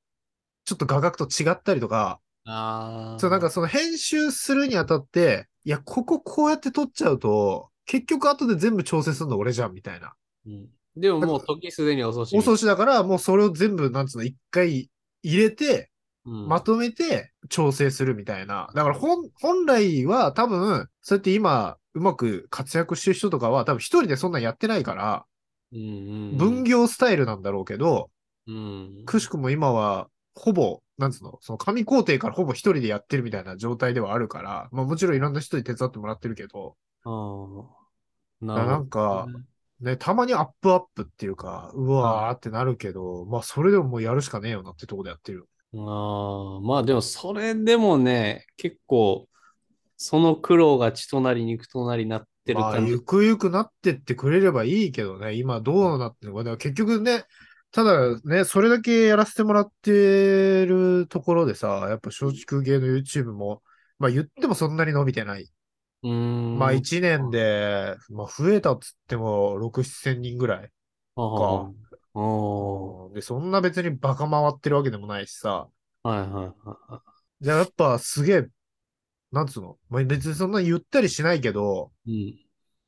[SPEAKER 1] ちょっと画角と違ったりとか、
[SPEAKER 2] ああ。
[SPEAKER 1] そうなんかその編集するにあたって、いや、こここうやって撮っちゃうと、結局後で全部調整するの俺じゃんみたいな。
[SPEAKER 2] うん、でももう時すでに遅し。
[SPEAKER 1] お掃除だから、もうそれを全部、なんつうの、一回入れて、
[SPEAKER 2] うん
[SPEAKER 1] まとめて調整するみたいな。だから本、本来は多分、そうやって今、うまく活躍してる人とかは、多分一人でそんなんやってないから、
[SPEAKER 2] うんうんうん、
[SPEAKER 1] 分業スタイルなんだろうけど、
[SPEAKER 2] うん、
[SPEAKER 1] くしくも今は、ほぼ、なんつうの、その紙工程からほぼ一人でやってるみたいな状態ではあるから、まあもちろんいろんな人に手伝ってもらってるけど、
[SPEAKER 2] あー
[SPEAKER 1] だから
[SPEAKER 2] な
[SPEAKER 1] な
[SPEAKER 2] る
[SPEAKER 1] んか
[SPEAKER 2] ほど、ね。
[SPEAKER 1] ね、たまにアップアップっていうか、うわーってなるけど、まあそれでももうやるしかねえよなってとこでやってる。
[SPEAKER 2] ああ、まあでもそれでもね、結構、その苦労が血となり肉となりなってる
[SPEAKER 1] まあ
[SPEAKER 2] 感
[SPEAKER 1] ゆ
[SPEAKER 2] じ。
[SPEAKER 1] くゆくなってってくれればいいけどね、今どうなってるのか。だから結局ね、ただね、それだけやらせてもらってるところでさ、やっぱ松竹芸の YouTube も、まあ言ってもそんなに伸びてない。
[SPEAKER 2] うーん。
[SPEAKER 1] まあ1年で、まあ増えたっつっても6、7000人ぐらい。
[SPEAKER 2] あーおー
[SPEAKER 1] で、そんな別にバカ回ってるわけでもないしさ。
[SPEAKER 2] はいはいは
[SPEAKER 1] じゃあやっぱすげえ、なんつうの、まあ、別にそんな言ったりしないけど、
[SPEAKER 2] い。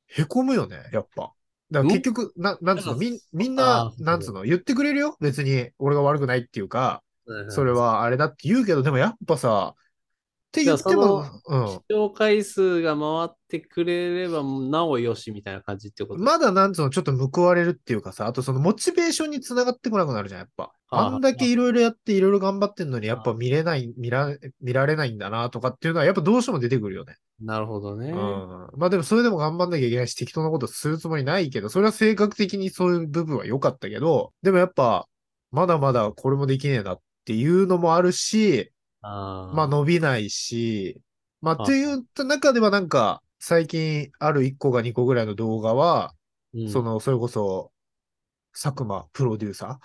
[SPEAKER 1] へこむよね、やっぱ。だから結局、ななんつうの、みんみんな
[SPEAKER 2] あ、ー
[SPEAKER 1] なんつうの、言ってくれるよ別に俺が悪くないっていうか、
[SPEAKER 2] うん。
[SPEAKER 1] それはあれだって言うけど、でもやっぱさ、って言っても、うん
[SPEAKER 2] 視。聴回数が回ってくれればなおよしみたいな感じってこと
[SPEAKER 1] まだなんつうの、ちょっと報われるっていうかさ、あとそのモチベーションにつながってこなくなるじゃん、やっぱ。
[SPEAKER 2] あ
[SPEAKER 1] あ
[SPEAKER 2] ー
[SPEAKER 1] んだけいろいろやっていろいろ頑張ってんのに、やっぱ見れない、見ら、見られないんだなとかっていうのは、やっぱどうしても出てくるよね。
[SPEAKER 2] なるほどね。
[SPEAKER 1] うん。まあでもそれでも頑張んなきゃいけないし、適当なことするつもりないけど、それは性格的にそういう部分は良かったけど、でもやっぱ、まだまだこれもできねえなっていうのもあるし、
[SPEAKER 2] あー
[SPEAKER 1] まあ伸びないし、まあ
[SPEAKER 2] あ
[SPEAKER 1] っていう中ではなんか、最近ある1個か2個ぐらいの動画は、
[SPEAKER 2] うん
[SPEAKER 1] その、それこそ、佐久間プロデューサ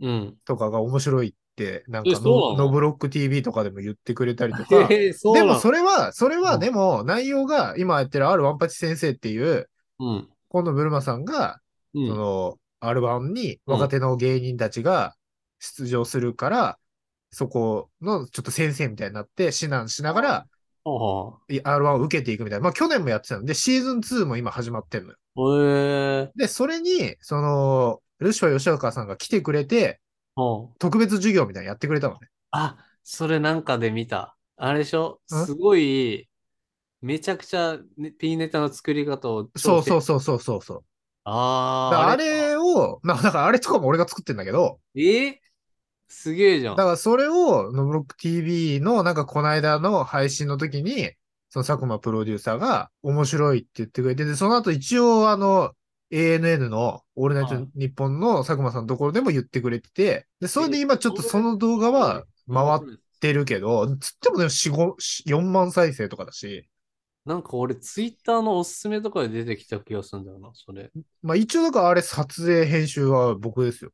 [SPEAKER 2] うん。
[SPEAKER 1] ーとかが面白いって、なんか
[SPEAKER 2] えそうな
[SPEAKER 1] ノ、
[SPEAKER 2] の
[SPEAKER 1] ノブロック TV とかでも言ってくれたりとか、
[SPEAKER 2] へえ、そう
[SPEAKER 1] で
[SPEAKER 2] なの
[SPEAKER 1] もそれは、それ
[SPEAKER 2] う
[SPEAKER 1] は
[SPEAKER 2] ん
[SPEAKER 1] でも内容が今やってる R ワンパチ先生っていう、
[SPEAKER 2] うん。
[SPEAKER 1] 今野ブルマさんが、
[SPEAKER 2] うん
[SPEAKER 1] その、R ワンに
[SPEAKER 2] うん
[SPEAKER 1] 若手の芸人たちが出場するから、そこのちょっと先生みたいになって指南しながら
[SPEAKER 2] は
[SPEAKER 1] R1 を受けていくみたいな。まあ去年もやってたので、シーズン2も今始まってるのよ。
[SPEAKER 2] あはあ。へえ。
[SPEAKER 1] で、それに、その、ルシファー吉岡さんが来てくれて、
[SPEAKER 2] はあ
[SPEAKER 1] 特別授業みたいなのやってくれたのね。
[SPEAKER 2] あ、それなんかで見た。あれでしょ
[SPEAKER 1] ん
[SPEAKER 2] すごい、めちゃくちゃねピーネタの作り方を。
[SPEAKER 1] そうそううそうそうそうそう。だから
[SPEAKER 2] ああ、
[SPEAKER 1] あれを、なだからあれとかも俺が作ってんだけど、
[SPEAKER 2] えすげえじゃん。
[SPEAKER 1] だからそれを、ノブロック TV のなんかこの間の配信の時に、その佐久間プロデューサーが面白いって言ってくれて、で、その後一応あの、ANN のオールナイ
[SPEAKER 2] は
[SPEAKER 1] ト
[SPEAKER 2] い
[SPEAKER 1] 日本の佐久間さんのところでも言ってくれてて、で、それで今ちょっとその動画は回っ
[SPEAKER 2] って
[SPEAKER 1] るけど、つってもね、4、5 4万再生とかだし、
[SPEAKER 2] なんか俺、ツイッターのおすすめとかで出てきた気がするんだよな、それ。
[SPEAKER 1] まあ一応だからあれ撮影編集は僕ですよ。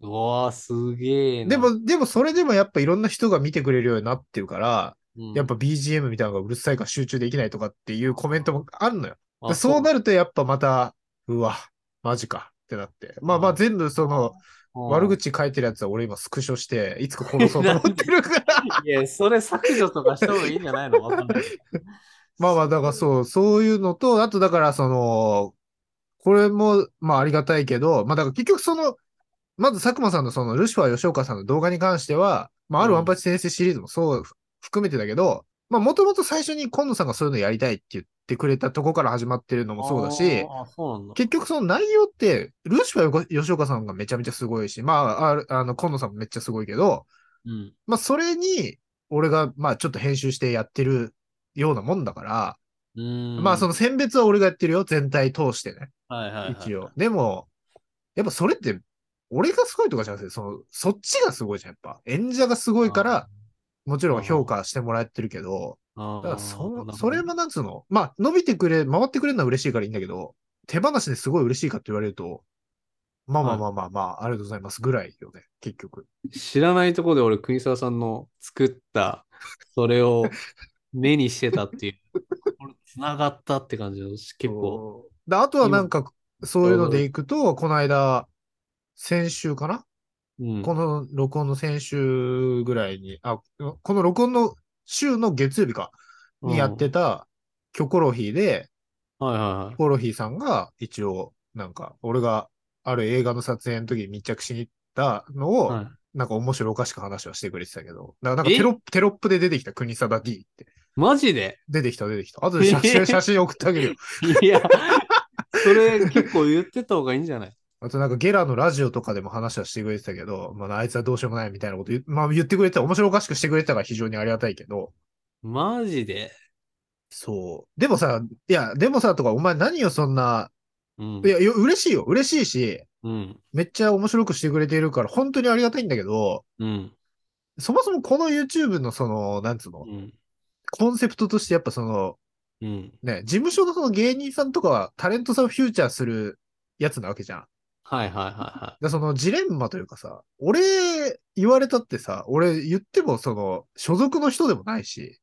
[SPEAKER 2] うわー、すげえな。
[SPEAKER 1] でも、でもそれでもやっぱいろんな人が見てくれるようになってるから、
[SPEAKER 2] うん、
[SPEAKER 1] やっぱ BGM みたいなのがうるさいから集中できないとかっていうコメントもあるのよ。
[SPEAKER 2] あ、
[SPEAKER 1] でそうなるとやっぱまた、うわ、マジかってなって。まあまあ全部その
[SPEAKER 2] そう
[SPEAKER 1] 悪口書いてるやつは俺今スクショして、いつか殺そうと思ってるから。
[SPEAKER 2] いや、それ削除とかした方がいいんじゃないのわかんない。
[SPEAKER 1] まあまあ、だからそう、そういうのと、あとだからその、これも、まあありがたいけど、まあだから結局その、まず佐久間さんのそのルシファー吉岡さんの動画に関しては、まあ、ある
[SPEAKER 2] うん
[SPEAKER 1] ワンパンチ先生シリーズもそうふ含めてだけど、まあ、もともと最初に今野さんがそういうのやりたいって言ってくれたとこから始まってるのもそうだし、
[SPEAKER 2] あーそうなんだ。
[SPEAKER 1] 結局その内容って、ルーシファーよこ吉岡さんがめちゃめちゃすごいし、まあ、あるあの、今野さんもめっちゃすごいけど、
[SPEAKER 2] うん。
[SPEAKER 1] まあ、それに、俺が、まあ、ちょっと編集してやってるようなもんだから、
[SPEAKER 2] うん
[SPEAKER 1] まあ、その選別は俺がやってるよ、全体通してね。
[SPEAKER 2] はいはいはい、
[SPEAKER 1] 一応。でも、やっぱそれって、俺がすごいとかじゃなくて、その、そっちがすごいじゃん、やっぱ。演者がすごいから、もちろん評価してもらってるけど、
[SPEAKER 2] あー、
[SPEAKER 1] だから
[SPEAKER 2] なるほ
[SPEAKER 1] そ
[SPEAKER 2] ど、
[SPEAKER 1] それもなんつうの、まあ、伸びてくれ、回ってくれるのは嬉しいからいいんだけど、手放しですごい嬉しいかって言われると、まあまあまあまあまあ、ありがとうございますぐらいよね、結局。
[SPEAKER 2] 知らないところで俺、国沢さんの作った、それを目にしてたっていう。これ、つながったって感じです。結構。
[SPEAKER 1] そう。で、あとはなんか、そういうのでいくと、この間、先週かな
[SPEAKER 2] うん。
[SPEAKER 1] この録音の先週ぐらいに、あ、この録音の週の月曜日か、にやってた、キョコロヒーで、
[SPEAKER 2] うん。はいはいはい
[SPEAKER 1] キョ。コロヒーさんが一応、なんか、俺がある映画の撮影の時に密着しに行ったのを、
[SPEAKER 2] はい
[SPEAKER 1] なんか面白おかしく話はしてくれてたけど、なんかなんか
[SPEAKER 2] え
[SPEAKER 1] テロップテロップで出てきた、国貞 D って。
[SPEAKER 2] マジで
[SPEAKER 1] 出てきた、出てきた。あとで写真写真送ってあげるよ。
[SPEAKER 2] いや、それ結構言ってた方がいいんじゃない
[SPEAKER 1] あとなんかゲラのラジオとかでも話はしてくれてたけど、まああいつはどうしようもないみたいなこと言,、まあ、言ってくれてた、面白おかしくしてくれてたから非常にありがたいけど、
[SPEAKER 2] マジで
[SPEAKER 1] そう。でもさ、いや、でもさ、とか、お前何よ、そんな。
[SPEAKER 2] うん。
[SPEAKER 1] いや、よ嬉しいよ、嬉しいし、
[SPEAKER 2] うん。
[SPEAKER 1] めっちゃ面白くしてくれているから、本当にありがたいんだけど、
[SPEAKER 2] うん。
[SPEAKER 1] そもそもこの YouTube のその、なんつうの、
[SPEAKER 2] うん。
[SPEAKER 1] コンセプトとしてやっぱその、
[SPEAKER 2] うん。
[SPEAKER 1] ね、事務所のその芸人さんとかはタレントさんをフューチャーするやつなわけじゃん。
[SPEAKER 2] はいはいはいは
[SPEAKER 1] でそのジレンマというかさ、俺言われたってさ、俺言ってもその、所属の人でもないし、
[SPEAKER 2] い。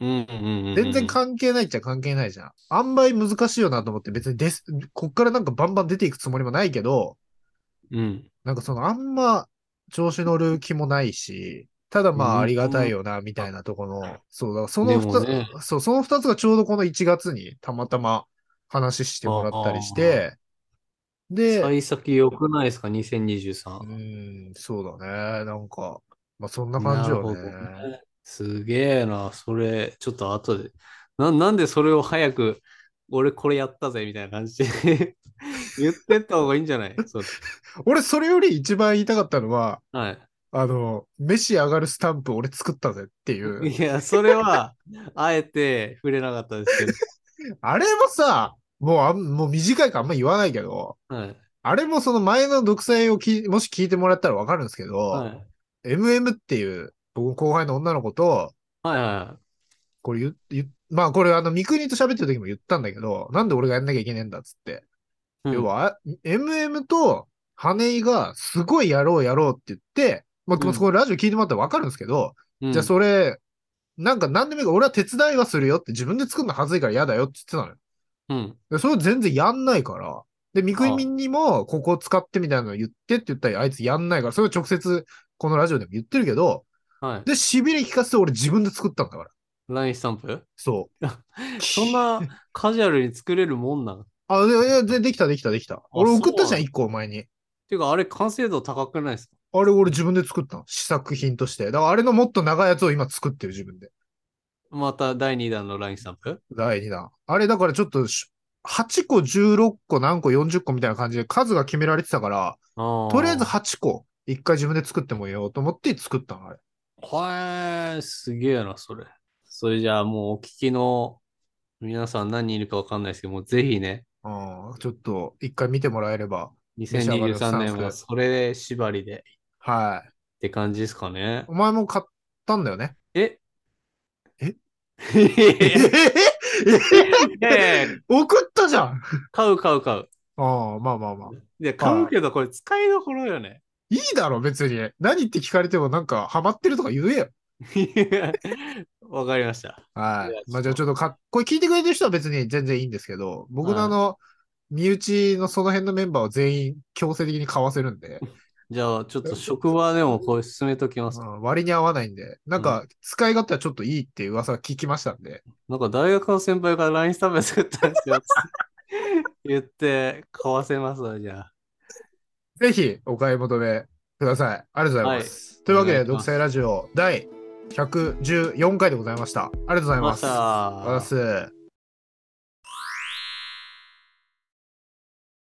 [SPEAKER 2] うんうんうんうん。
[SPEAKER 1] 全然関係ないっちゃ関係ないじゃん。あんまり難しいよなと思って別にです、こっからなんかバンバン出ていくつもりもないけど、
[SPEAKER 2] うん。
[SPEAKER 1] なんかそのあんま調子乗る気もないし、ただま
[SPEAKER 2] うん
[SPEAKER 1] あありがたいよな、みたいなとこの、そう、だからそ
[SPEAKER 2] で
[SPEAKER 1] の
[SPEAKER 2] も
[SPEAKER 1] 二つ、
[SPEAKER 2] ね
[SPEAKER 1] そう、その二つがちょうどこの1月にたまたま話してもらったりして、で、
[SPEAKER 2] 幸先良くないですか ?2023
[SPEAKER 1] う。ん、そうだね、なんか、まあそんな感じよね。
[SPEAKER 2] なるほどねすげえな、それ、ちょっと後で。な、なんでそれを早く、俺これやったぜみたいな感じで 言ってった方がいいんじゃないそう
[SPEAKER 1] 俺それより一番言いたかったのは、
[SPEAKER 2] は
[SPEAKER 1] あの、飯上がるスタンプ俺作ったぜってい
[SPEAKER 2] い。
[SPEAKER 1] う。
[SPEAKER 2] いや、それは、あえて触れなかったですけ
[SPEAKER 1] あれもさ、もうあん、もう短いからあんま言わないけど、
[SPEAKER 2] ど。はい。
[SPEAKER 1] あれもその前の独裁をきもし聞いてもらったらわかるんですけど、
[SPEAKER 2] はい。
[SPEAKER 1] MM っていう僕の後輩の女の子と、
[SPEAKER 2] はいは
[SPEAKER 1] これ言う、言うまあこれあの、三国と喋ってる時も言ったんだけど、なんで俺がやんなきゃいけねえんだっつって。
[SPEAKER 2] い。うん
[SPEAKER 1] 要は、MM と羽井がすごいやろうやろうって言って、ま
[SPEAKER 2] う
[SPEAKER 1] あ、
[SPEAKER 2] ん
[SPEAKER 1] そこラジオ聞いてもらったらわかるんですけど、
[SPEAKER 2] うん
[SPEAKER 1] じゃあそれ、なんか何でもいいから俺は手伝いはするよって自分で作るのはずいから嫌だよって言ってたのよ。
[SPEAKER 2] うん。
[SPEAKER 1] でそれを全然やんないから。で、三國民にも、ここを使ってみたいなの言ってって言ったら、あいつやんないから、それを直接、このラジオでも言ってるけど、
[SPEAKER 2] はい。
[SPEAKER 1] で、痺れ聞かせて俺自分で作ったんだから。
[SPEAKER 2] ラインスタンプ
[SPEAKER 1] そう。
[SPEAKER 2] そんなカジュアルに作れるもんなのっ
[SPEAKER 1] あ、で、いやで、できた、できた、できた。俺
[SPEAKER 2] そう
[SPEAKER 1] 送ったじゃん、一個前に。
[SPEAKER 2] ていうか、あれ完成度高くないですか
[SPEAKER 1] あれ、俺自分で作ったの。試作品として。だから、あれのもっと長いやつを今作ってる、自分で。
[SPEAKER 2] また第2弾のラインスタンプ
[SPEAKER 1] 第2弾。あれ、だからちょっとし、8個、16個、何個、40個みたいな感じで数が決められてたから、と
[SPEAKER 2] と
[SPEAKER 1] りあえず8個、一回自分で作ってもいいよと思って作ったの、あれ。
[SPEAKER 2] はえー、すげえな、それ。それじゃあもうお聞きの皆さん何人いるかわかんないですけども、ぜひね、
[SPEAKER 1] うんちょっと、一回見てもらえれば。
[SPEAKER 2] 2023年はそれ縛りでっ
[SPEAKER 1] はい。
[SPEAKER 2] て感じですかね
[SPEAKER 1] お。前も買ったんだよね。
[SPEAKER 2] え
[SPEAKER 1] え
[SPEAKER 2] い
[SPEAKER 1] え
[SPEAKER 2] やいや
[SPEAKER 1] え
[SPEAKER 2] いや
[SPEAKER 1] 送ったじゃん
[SPEAKER 2] 買う買う買う。
[SPEAKER 1] ああ、まあまあまあ。
[SPEAKER 2] いや、買うけどこれ使いどころよね。
[SPEAKER 1] いいだろ、別に。何って聞かれても、なんか、ハマってるとか言えよ。
[SPEAKER 2] わかりました。
[SPEAKER 1] はい
[SPEAKER 2] や
[SPEAKER 1] い。まあ、じゃあちょっとか、これ聞いてくれてる人は別に全然いいんですけど、僕のあの、身内のその辺のメンバーを全員強制的に買わせるんで、
[SPEAKER 2] じゃあちょっと職場でもこれ進めときます
[SPEAKER 1] う。ん割に合わないんで、なんか、使い勝手はちょっといいっていう噂は聞きましたんで、
[SPEAKER 2] なんか大学の先輩が LINE スタンプ作ったんですよって言って買わせますわ、じゃあ。
[SPEAKER 1] ぜひお買い求めくください。ありがとうございます。というわけで、独裁ラジオ第114回でございました。ありがとうございます。
[SPEAKER 2] ありがとうございました
[SPEAKER 1] ありがとうございます。